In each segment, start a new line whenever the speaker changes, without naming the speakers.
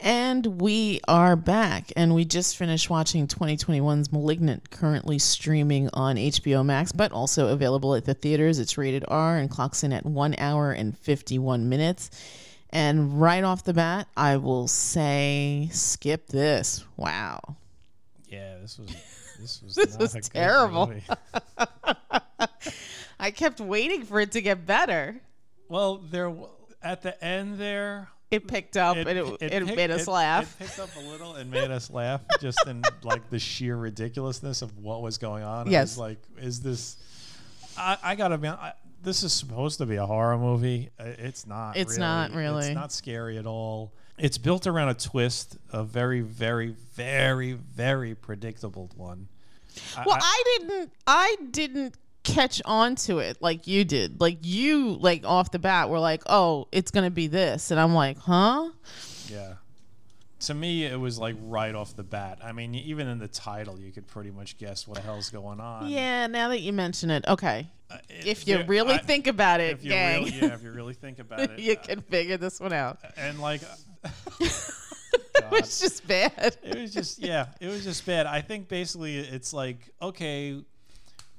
And we are back, and we just finished watching 2021's Malignant, currently streaming on HBO Max, but also available at the theaters. It's rated R and clocks in at one hour and 51 minutes. And right off the bat, I will say, skip this. Wow.
Yeah, this was this was
This
not
was
a good
terrible.
movie.
I kept waiting for it to get better.
Well, there w- at the end there.
It picked up and it, it,
pick-
made us
it-
laugh.
It picked up a little and made us laugh just in like the sheer ridiculousness of what was going on. I
Yes.
was like, is this? I, I gotta be. I, this is supposed to be a horror movie. Uh, It's not.
It's
really.
not really.
It's not scary at all. It's built around a twist, a very, very, very, very predictable one.
well, I, didn't I didn't catch on to it like you did. Like you like off the bat were like, "Oh, it's going to be this." And I'm like, "Huh?"
Yeah. To me, it was like right off the bat. I mean, even in the title, you could pretty much guess what the hell's going on.
Yeah, now that you mention it. Okay.
Uh, it-
If you
there-
really
I-
think about it,
if you
gang,
really, yeah, if you really think about it, uh,
you can figure this one out.
and like,
It was just bad.
it was just yeah, it was just bad. I think basically it's like okay,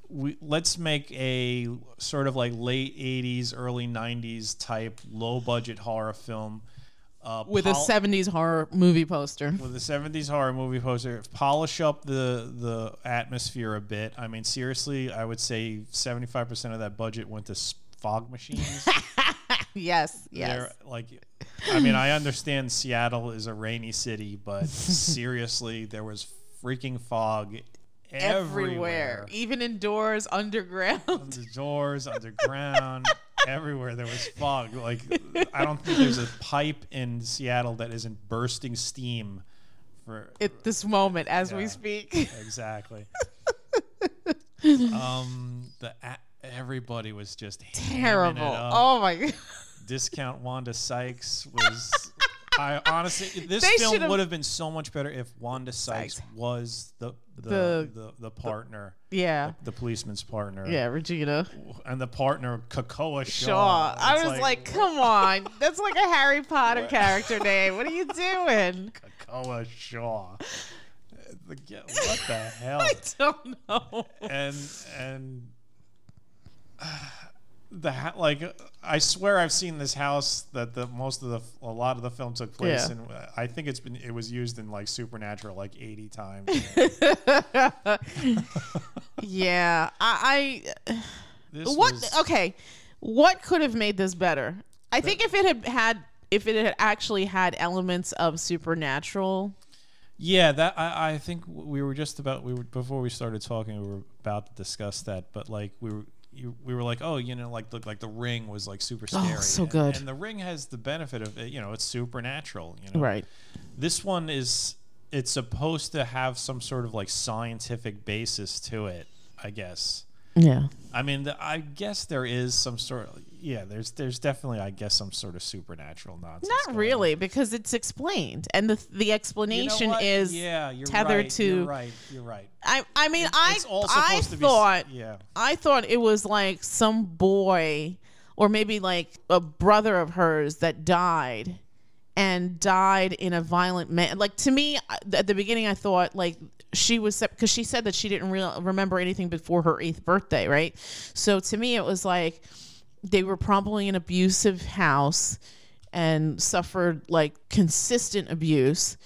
we let's make a sort of like late '80s, early '90s type low budget horror film uh,
With a
pol-
70s horror movie poster.
with the 70s horror movie poster polish up the the atmosphere a bit i mean seriously i would say 75% of that budget went to s- fog machines
Yes, yes.
They're, like i mean i understand seattle is a rainy city but seriously there was freaking fog everywhere,
even indoors, underground.
the doors underground everywhere there was fog like i don't think there's a pipe in seattle that isn't bursting steam for
At this moment, as we
Yeah.
speak,
Exactly. um, the a- everybody was just hamming it
terrible.
up.
Oh my god!
Discount Wanda Sykes was. I honestly, this
They should've-
film would have been so much better if Wanda Sykes,
Sykes.
was the the
The-
the, the, partner,
Yeah,
the policeman's partner.
yeah, Regina
And the partner, Kakoa Shaw.
Shaw. I
It's
was like, come on, that's like a Harry Potter character name. What are you doing?
Kakoa Shaw. Like, yeah, What the hell?
I don't know.
and and the ha- like I swear I've seen this house that the most of the a lot of the film took place
Yeah.
in. I think it's been it was used in like Supernatural like eighty times.
Yeah, I. I
This
what?
was-
Okay, what could have made this better? I think if it had had, if it had actually had elements of supernatural
Yeah, that I, I think we were just about we were before we started talking we were about to discuss that, but like we were. You, we were like, oh, you know, like the, like the ring was like super scary.
Oh, so
And-
good.
And, the ring has the benefit of it, you know, it's supernatural. You know,
Right.
this one is it's supposed to have some sort of like scientific basis to it i guess
Yeah.
i mean the, i guess there is some sort of yeah there's there's definitely i guess some sort of supernatural nonsense
Not
going on.
really, because it's explained, and the the
You know
explanation
what?
is
yeah you're
tethered
right,
to-
you're right you're right
I I mean I
it's all
I
supposed to be s-
thought
yeah
I thought it was like some boy or maybe like a brother of hers that died and died in a violent man like to me I- at the beginning I thought like she was because she said that she didn't real remember anything before her eighth birthday right so to me it was like they were probably in an abusive house and suffered like consistent abuse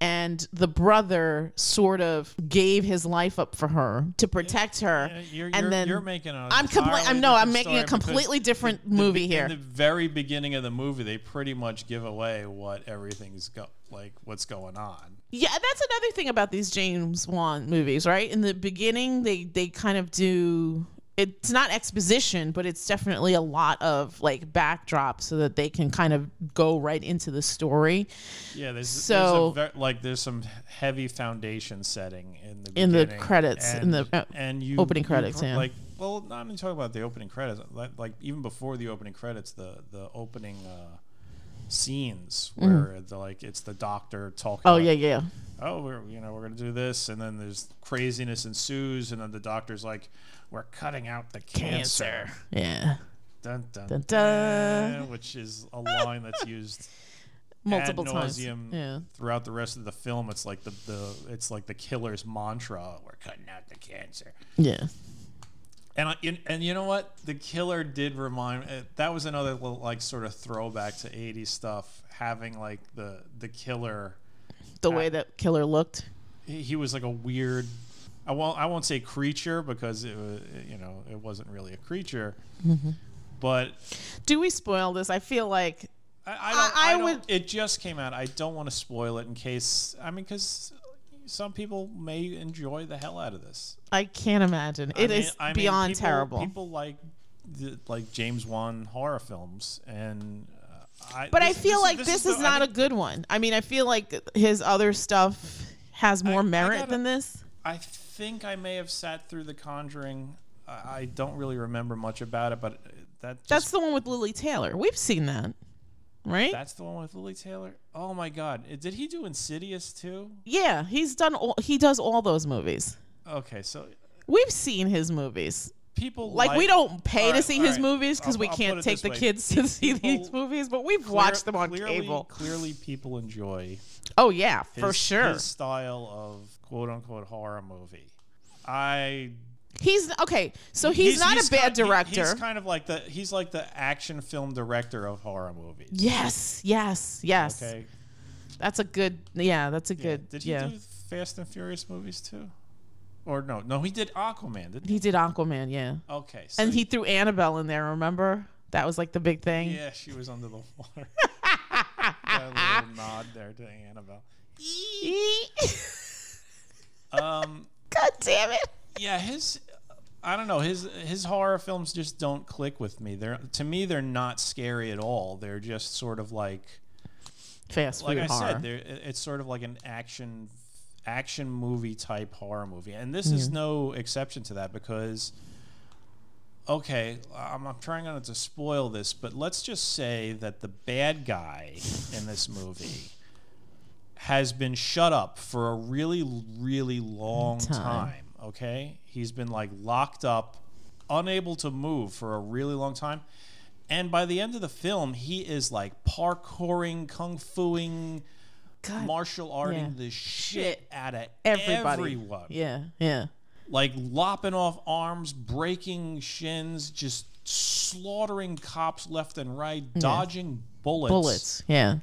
and the brother sort of gave his life up for her to protect her
Yeah, Uh, you're,
and
you're,
then
you're making a
i'm compla- i'm no i'm making a completely different movie here
In the very beginning of the movie, they pretty much give away what everything's go like what's going on.
Yeah, that's another thing about these James Wan movies, right? In the beginning, they they kind of do it's not exposition, but it's definitely a lot of like backdrop so that they can kind of go right into the story.
Yeah, there's, there's
So-
a ver- like there's some heavy foundation setting in the
In the
beginning,
credits, in
and,
the, uh,
and you
opening
you
credits,
pr-
yeah.
Like, well, not even talking about the opening credits. Like, like even before the opening credits, the the opening uh, scenes where the like it's the doctor talking.
Mm. Oh
about,
yeah, yeah.
Oh, we're you know we're gonna do this, and then there's craziness ensues, and then the doctor's like, "We're cutting out the cancer."
Yeah.
Dun, dun,
dun.
dun, which is a line that's used
multiple
ad
times.
nauseum
Yeah.
throughout the rest of the film. It's like the, the it's like the killer's mantra: "Oh, "We're cutting out the cancer."
Yeah.
And I, and, and you know what? The killer did remind. uh, That was another little, like sort of throwback to '80s stuff. Having like the the killer,
The way that killer looked.
he, he was like a weird. I won't I won't say creature because it was you know it wasn't really a creature, but
Do we spoil this? I feel like
I, I, don't,
I-
I,
I
don't-
would-
It just came out. I don't want to spoil it in case. I mean, because some people may enjoy the hell out of this.
I can't imagine. It
It is
is beyond terrible.
People like the, like James Wan horror films, and uh, I.
but I
this-
feel like this, is,
the- I
not
think-
a good one. I mean, I feel like his other stuff has more
I
merit
gotta-
than this.
I think I may have sat through The Conjuring. I, I don't really remember much about it, but uh, that just,
That's the one with Lily Taylor. We've seen that, right?
that's the one with Lily Taylor. Oh my God! Did he do Insidious too?
yeah, he's done. All, he does all those movies.
Okay, so
We've seen his movies.
people
Like, we don't pay
All
to
right,
see
all
his
right.
movies because
I'll-
we
I'll put
can't
it
take
this
the
way.
kids to see these
People-
movies, but we've
Clear-
watched them on
clearly-
cable.
Clearly, people enjoy
Oh yeah, for
his-
sure.
his style of quote unquote horror movie. I
he's okay. So he's, not a bad
ki- he-
director.
he's kind of like the he's like the action film director of horror movies.
yes, yes, yes.
Okay,
That's a good. Yeah, that's a good.
Did he
yeah.
do Fast and Furious movies too? Or no, no, he did Aquaman. Didn't he?
He did Aquaman, yeah.
Okay, so
And he threw Annabelle in there, remember? That was like the big thing.
yeah, she was under the water. That little nod there to Annabelle. Um.
God damn it.
yeah his i don't know his his horror films just don't click with me they're to me they're not scary at all they're just sort of like
Fast
like
food
i
horror.
said they're it's sort of like an action action movie type horror movie and this is no exception to that because okay I'm, I'm trying not to spoil this but let's just say that the bad guy in this movie has been shut up for a really really long
Time.
time okay he's been like locked up unable to move for a really long time and by the end of the film he is like parkouring kung fuing
God,
martial arting
Uh, yeah.
the shit out of
everybody.
everyone.
Yeah, yeah.
Like lopping off arms, breaking shins, just slaughtering cops left and right, dodging bullets.
Bullets, yeah.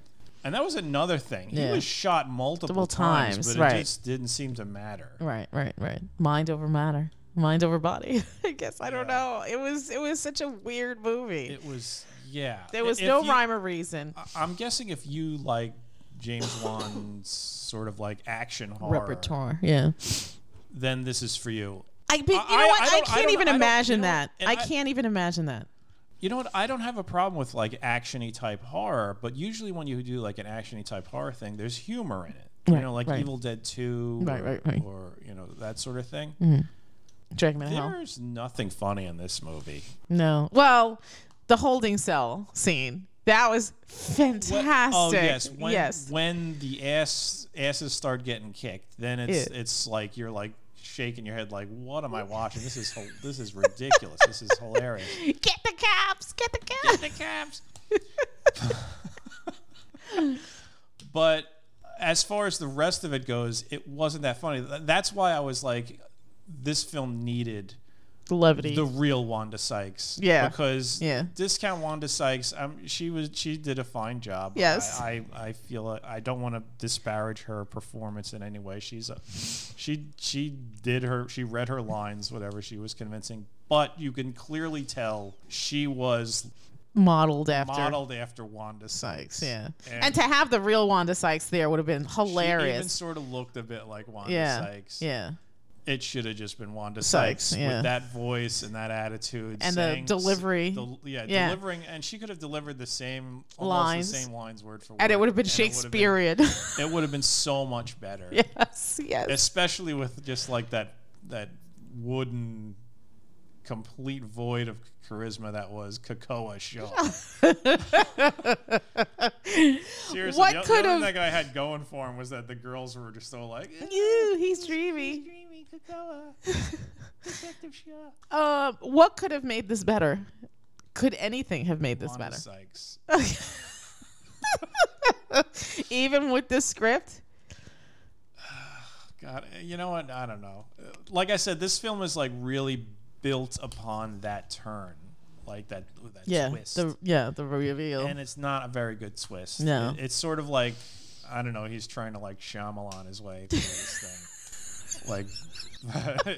And that was another thing. He
Yeah.
was shot multiple
Multiple
times,
times,
but
right.
it just didn't seem to matter.
Right, right, right. Mind over matter. Mind over body. I guess I don't
Yeah.
know. It was it was such a weird movie.
It was yeah.
there was
If
no
you- Uh,
rhyme or reason.
I- I'm guessing if you like James Wan's sort of like action horror,
Repertoire, yeah.
then this is for you.
I, but you know
I- I
what? I,
don't- I
can't
don't-
even
I don't- you
imagine
know,
that.
and
I
I-
can't even imagine that.
You know what? I don't have a problem with like actiony type horror, but usually when you do like an actiony type horror thing, there's humor in it. You
Right,
know, like
right.
Evil Dead Two,
Right,
or,
right, right. Mm-hmm.
or you know that sort of thing.
Dragon Man Hell.
There's nothing funny in this movie.
No. Well, the holding cell scene. That was fantastic.
Oh yes, when,
yes.
when the ass asses start getting kicked, then it's
Yeah.
it's like you're like shaking your head, like what am I watching? This is hil- this is ridiculous. this is hilarious.
Get the cops! Get the cops!
the Cavs. but as far as the rest of it goes, it wasn't that funny. Th- That's why I was like, this film needed
The levity.
the real Wanda Sykes.
Yeah.
Because
Yeah.
discount Wanda Sykes, um, she was she did a fine job.
Yes.
I, I, I feel like I don't want to disparage her performance in any way. She's a she she did her she read her lines, whatever she was convincing. But you can clearly tell she was
modeled after
modeled after Wanda Sykes.
Sykes. Yeah. And,
And-
to have the real Wanda Sykes there would have been
She even
hilarious.
sort of looked a bit like Wanda
yeah.
Sykes.
Yeah.
It should have just been Wanda
Sykes,
Sykes,
yeah.
with that voice and that attitude
And the
saying s-
delivery.
del- yeah,
Yeah.
delivering, and she could have delivered the same almost
Lines.
the same lines word for word,
And it would have been
it would have been-
Shakespearean.
It would have been so much better,
yes. Yes.
especially with just like that that wooden, complete void of charisma that was Kakoa Shaw. Seriously,
What
the-
could have-
the only thing that guy had going for him was that the girls were just so like. "Eh."
Ew, he's dreamy.
Dreamy Kakoa. Detective Shaw.
Uh, what could have made this better? Could anything have made this
Wanda
better?
Sykes.
Even with this script?
God, you know what? I don't know. Uh, Like I said, this film is like really built upon that turn, like that that
Yeah.
twist,
The yeah, the reveal.
and it's not a very good twist.
No.
It- it's sort of like I don't know. He's trying to like Shyamalan his way through this thing, like.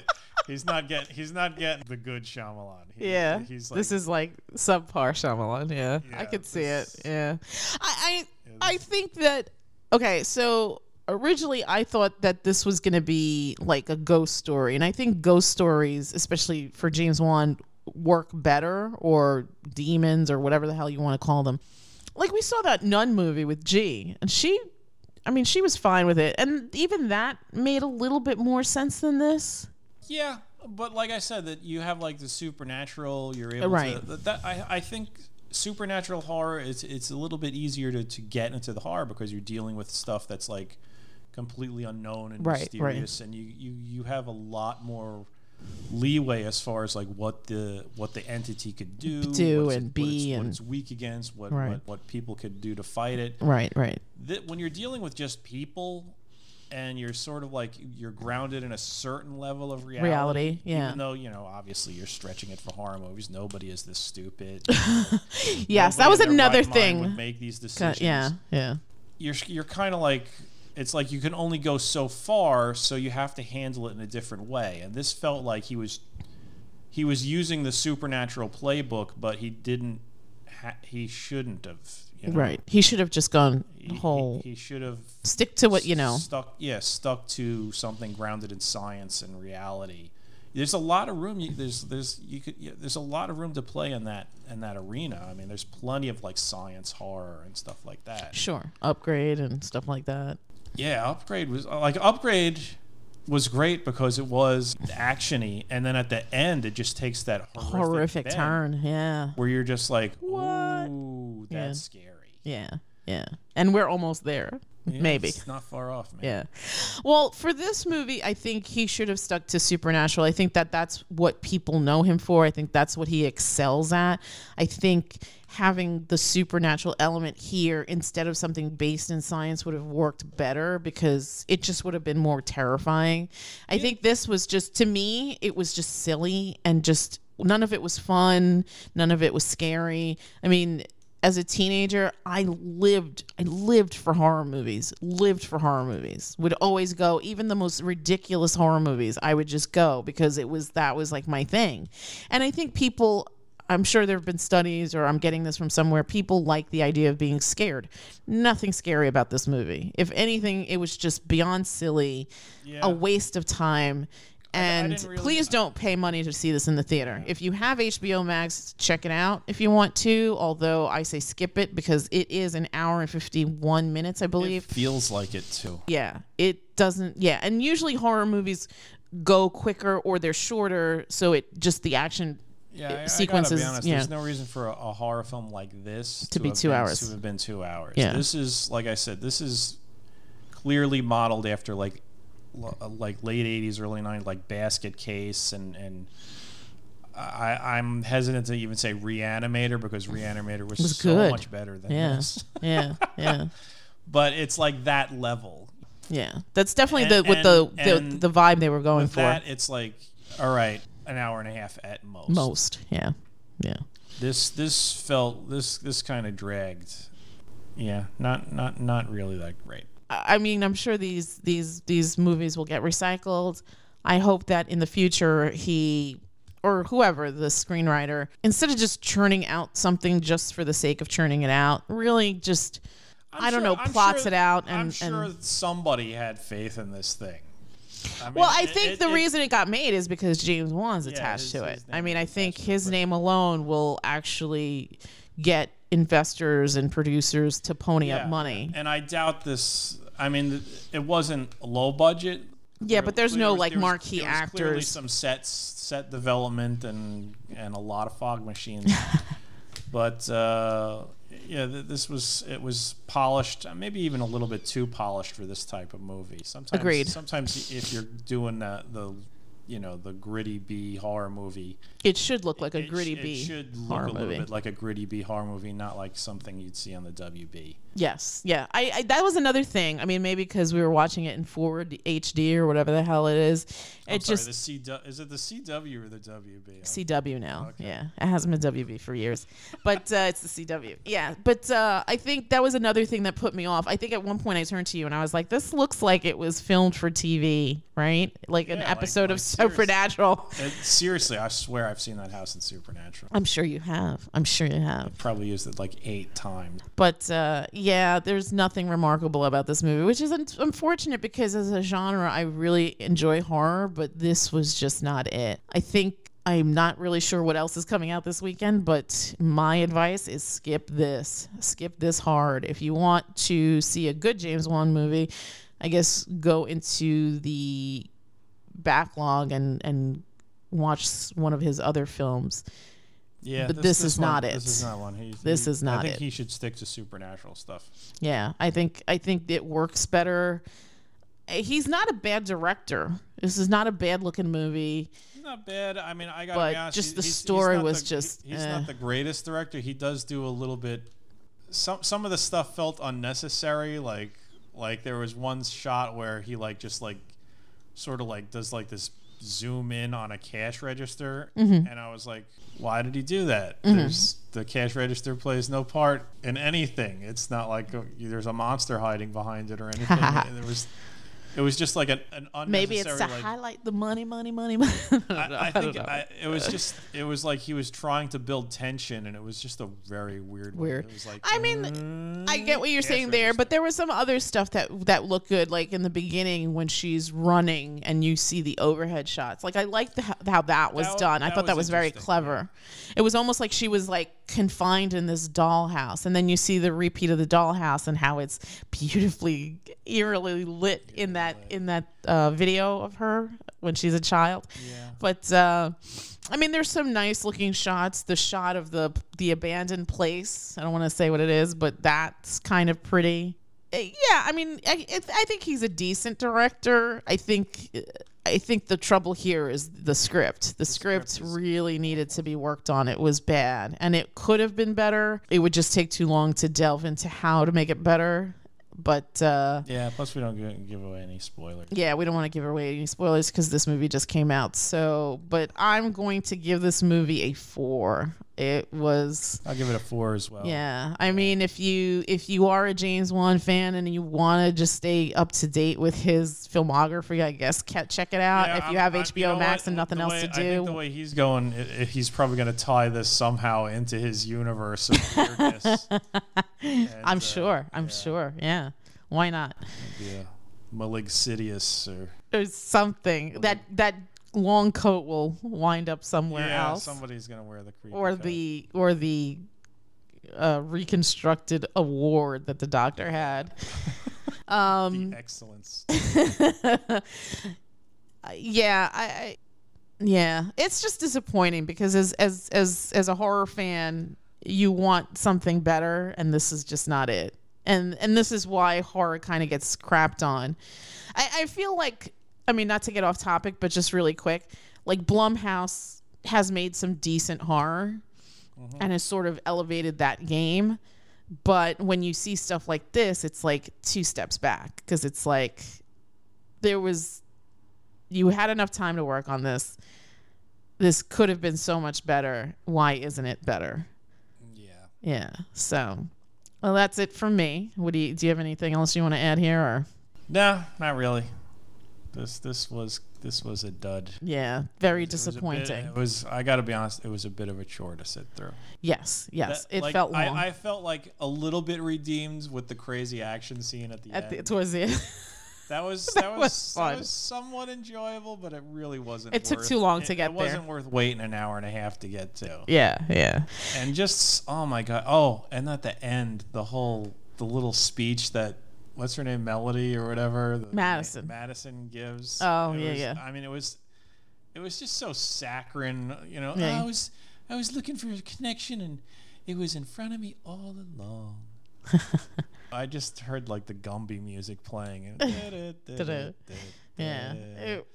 He's not getting. He's not getting the good Shyamalan. He-
yeah.
He's like,
this is like subpar Shyamalan, yeah. I
Yeah,
could see it.
this-
Yeah. I I, I think that okay, so originally I thought that this was going to be like a ghost story, and I think ghost stories, especially for James Wan, work better or demons or whatever the hell you want to call them. Like we saw that nun movie with G, and she I mean, she was fine with it. And even that made a little bit more sense than this.
Yeah, but like I said, that you have like the supernatural. You're able
Right.
to. That, that I I think supernatural horror is it's a little bit easier to to get into the horror because you're dealing with stuff that's like completely unknown and
Right, right.
mysterious, and you you you have a lot more leeway as far as like what the what the entity could do,
Do
what it's-
and
what
be
it's,
and-
what it's weak against, what,
Right.
what what people could do to fight it
Right, right.
that when you're dealing with just people and you're sort of like you're grounded in a certain level of reality,
Reality, yeah.
even though you know obviously you're stretching it for horror movies nobody is this stupid
Yes, that
Nobody
was
in their
another
right mind would
thing.
make these decisions
Got- yeah, yeah.
you're you're kind of like it's like you can only go so far, so you have to handle it in a different way. And this felt like he was he was using the supernatural playbook, but he didn't. Ha- he shouldn't have. You know?
Right. He should have just gone
He- he-
whole.
he should have
stick to what you know.
stuck yeah stuck to something grounded in science and reality there's a lot of room you, there's there's you could yeah, there's a lot of room to play in that in that arena i mean there's plenty of like science horror and stuff like that
Sure. Upgrade and stuff like that.
yeah upgrade was uh, like upgrade was great because it was actiony and then at the end it just takes that horrific,
Horrific
bend
turn. Yeah.
where you're just like
What?
ooh
Yeah.
that's scary
Yeah. Yeah. And we're almost there.
Yeah,
Maybe.
it's not far off man
Yeah. Well, for this movie, I think he should have stuck to supernatural. I think that that's what people know him for. I think that's what he excels at. I think having the supernatural element here instead of something based in science would have worked better because it just would have been more terrifying. I think this was just, to me, it was just silly and just none of it was fun. None of it was scary. I mean, as a teenager, I lived I lived for horror movies. Lived for horror movies. Would always go, even the most ridiculous horror movies, I would just go because it was that was like my thing. And I think people I'm sure there have been studies or I'm getting this from somewhere, people like the idea of being scared. Nothing scary about this movie. If anything, it was just beyond silly,
Yeah.
a waste of time. And
didn't really-
please don't pay money to see this in the theater. If you have HBO Max, check it out if you want to. Although I say skip it because it is an hour and 51 minutes, I
it
believe.
feels like it too
yeah, it doesn't. Yeah, and usually horror movies go quicker or they're shorter, so it just the action.
yeah, I- I,
sequences,
gotta be honest.
yeah.
There's no reason for a, a horror film like this to,
be
have
two
been-
hours.
To have been two hours.
Yeah.
This is like I said. This is clearly modeled after like l- uh, like late '80s, early '90s, like Basket Case and and. I, I'm hesitant to even say Reanimator because Reanimator was, so
good.
much better than
Yeah,
this.
yeah, yeah,
But it's like that level.
yeah. That's definitely
And-
the with the,
and-
the
and
the vibe they were going
With
for
that, it's like, all right, an hour and a half at most.
most. Yeah, yeah.
this this felt this this kind of dragged yeah not not not really that great
I mean, I'm sure these these these movies will get recycled. I hope that in the future he or whoever the screenwriter instead of just churning out something just for the sake of churning it out, really just I don't know, plots it out
i'm
and-
sure
and-
somebody had faith in this thing I mean,
Well, I
it-
think
it-
the
it-
reason it got made is because James Wan's
his-
attached to it.
his
I
name
mean,
is
I think
attached to it,
his
but-
name alone will actually get investors and producers to pony
yeah.
up money.
and i doubt this i mean th- it wasn't low budget
Yeah, but there's
There
no
was-
like
there was-
marquee
there was clearly
actors.
some sets set development and and a lot of fog machines but uh yeah, th- this was it was polished, uh, maybe even a little bit too polished for this type of movie. Sometimes,
Agreed.
Sometimes, if you're doing the, the you know, the gritty B horror movie,
It should look like a
it sh-
gritty
it
B
should look
horror
a little
movie.
bit like a gritty B horror movie, not like something you'd see on the WB.
Yes, yeah. I, I that was another thing. I mean, maybe because we were watching it in forward HD or whatever the hell it is. It
I'm
just
sorry, the CW, is it the CW or the WB? I'm-
CW now.
Okay.
Yeah, it hasn't been WB for years, but uh, it's the CW. Yeah, but uh, I think that was another thing that put me off. I think at one point I turned to you and I was like, "This looks like it was filmed for TV, right? Like an
Yeah, like-
episode
like
of
serious-
Supernatural."
Uh, seriously, I swear I've seen that house in Supernatural.
I'm sure you have. I'm sure you have.
Probably used it like eight times.
But uh, yeah, there's nothing remarkable about this movie, which is un- unfortunate because as a genre, I really enjoy horror, but this was just not it. I think I'm not really sure what else is coming out this weekend, but my advice is skip this. Skip this hard. If you want to see a good James Wan movie, I guess go into the backlog and, and watch s- one of his other films.
Yeah,
But this is
one-
not
This
it.
is not one. He,
This
he-
is not
I think
it.
he should stick to supernatural stuff.
Yeah, I think I think it works better. Uh, He's not a bad director. This is not a bad looking movie.
Not bad. I mean, I got.
But
be honest,
just
he-
the
he's- he's
story
not
was
the-
just,
he- He's
eh.
not the greatest director. He does do a little bit. Some some of the stuff felt unnecessary. Like like there was one shot where he like just like sort of like does like this zoom in on a cash register,
Mm-hmm.
and I was like, why did he do that? There's the cash register plays no part in anything. It's not like a, there's a monster hiding behind it or anything. there was. It was just like an, an unnecessary.
Maybe it's to
like,
highlight the money, money, money. money. I, don't know,
I, I
don't
think
know.
I, it was just it was like he was trying to build tension, and it was just a very weird. way.
Weird.
It was like
I mean,
"Mm,
I get what you're
cash
saying there,
register."
but there was some other stuff that that looked good, like in the beginning when she's running and you see the overhead shots. Like I liked the, how that was
That-
done. I
that
thought that
was
was very
interesting,
clever. It was almost like she was like confined in this dollhouse, and then you see the repeat of the dollhouse and how it's beautifully, eerily lit in that in that uh, video of her when she's a child.
Yeah.
But uh, I mean, there's some nice looking shots. The shot of the the abandoned place. I don't want to say what it is, but that's kind of pretty. Uh, Yeah, I mean, I, it- I think he's a decent director. I think I think the trouble here is the script. The, script,
script is-
really needed to be worked on. It was bad, and it could have been better. It would just take too long to delve into how to make it better. But uh,
yeah. Plus, we don't gi- give away any spoilers.
yeah, we don't want to give away any spoilers because this movie just came out. So, but I'm going to give this movie a four. It was,
I'll give it a four as well.
yeah. I mean, if you if you are a James Wan fan and you want to just stay up to date with his filmography, I guess ca- check it out.
Yeah,
if you
I'm-
have
I-
HBO
you know
Max
what?
and nothing
The
else
way-
to
I think the
do,
way he's going, i i he's probably going to tie this somehow into his universe of weirdness. And,
I'm
uh,
sure. I'm
yeah,
sure. Yeah. Why not?
it'd be a Maligsidious or
There's something that that long coat will wind up somewhere
yeah,
else.
somebody's going to wear the creepy
or
coat.
the or the uh, reconstructed award that the doctor had. um,
the excellence.
Yeah, I, I yeah, it's just disappointing because as as as as a horror fan, you want something better, and this is just not it. And and this is why horror kind of gets crapped on. I, I feel like I mean not to get off topic, but just really quick, like Blumhouse has made some decent horror. and has sort of elevated that game. But when you see stuff like this, it's like two steps back because it's like there was you had enough time to work on this. This could have been so much better. Why isn't it better?
yeah.
Yeah. So, well, that's it from me. What do you do? You have anything else you want to add here? Or
No, not really. This this was this was a dud.
yeah, very
It was a bit- uh,
disappointing.
It was, I got to be honest. It was a bit of a chore to sit through.
yes, yes,
That-
it
like,
felt long.
I, I felt like a little bit redeemed with the crazy action scene at the
at
end.
the, towards the end.
that was that, was,
was fun.
that was somewhat enjoyable, but it really wasn't.
It took
worth-
too long to
it-
get
It
there.
wasn't worth waiting an hour and a half to get to.
yeah, yeah.
And just oh my god. Oh, and at the end, the whole the little speech that what's her name, Melody or whatever, the-
Madison.
Ma- Madison gives.
Oh,
It
yeah,
was-
yeah.
I mean, it was it was just so saccharine. You know,
Yeah.
I was I was looking for a connection, and it was in front of me all along. I just heard like the Gumby music playing.
Yeah. It-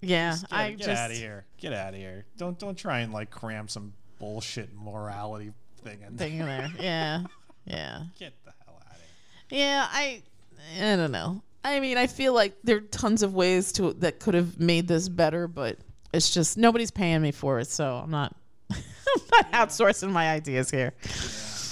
yeah,
Get,
I
get
just
out of here. Get out of here. Don't don't try and like cram some bullshit morality thing in there.
thing in there. Yeah. Yeah.
Get the hell out of
Yeah, I I don't know. I mean, I feel like there are tons of ways to that could have made this better, but it's just nobody's paying me for it, so I'm not I'm not outsourcing my ideas here.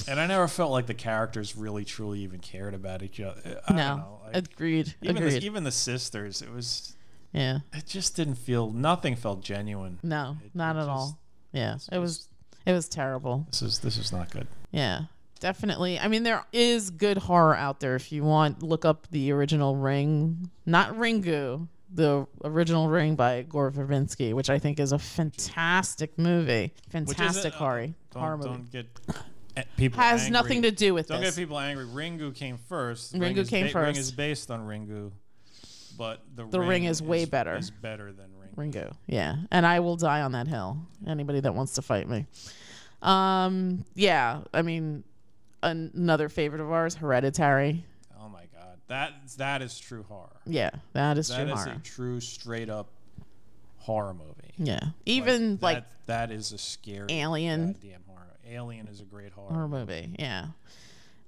And I never felt like the characters really truly even cared about each other. I don't know.
No,
Like,
agreed.
even
agreed.
the, even the sisters, it was
yeah,
it just didn't feel nothing felt genuine.
no, not
it
at
just-
all. Yeah, it was
was-
it was terrible.
This is this is not good.
Yeah, definitely. I mean, there is good horror out there. If you want, look up the original Ring, not Ringu, the original Ring by Gore Verbinski, which I think is a fantastic movie, fantastic
uh,
horror
Don't,
horror movie.
don't get eh, people
Has
angry.
nothing to do with
Don't
this.
get people angry. Ringu came first.
Ringu
is
came
Ring
first.
is based on Ringu, but the,
Ring is way better.
Is better than Ringu.
Ringo. Yeah. And I will die on that hill. Anybody that wants to fight me. Um, yeah. I mean, an- another favorite of ours, Hereditary.
Oh my god, that that is true horror.
Yeah. That is
That
true
is
horror.
a true straight up horror movie.
yeah. Even like,
that, that is a scary
Alien.
Goddamn horror. Alien is a great horror.
horror movie. Yeah.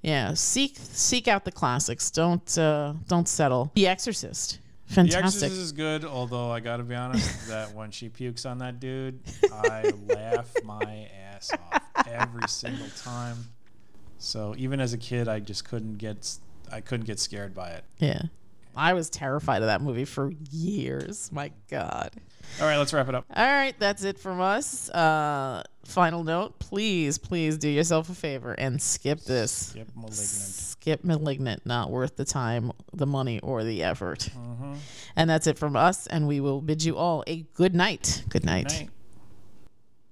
Yeah. Seek seek out the classics. Don't uh don't settle. The Exorcist.
The
Fantastic.
Exorcist is good, although I gotta be honest that when she pukes on that dude, I laugh my ass off every single time. So even as a kid, I just couldn't get I couldn't get scared by it.
yeah. I was terrified of that movie for years. My God.
All right, let's wrap it up.
All right, that's it from us. Uh, final note: please, please do yourself a favor and skip this.
Yep, malignant.
Skip malignant. Not worth the time, the money, or the
Uh-huh.
effort. And that's it from us. And we will bid you all a good night. Good night.
Night.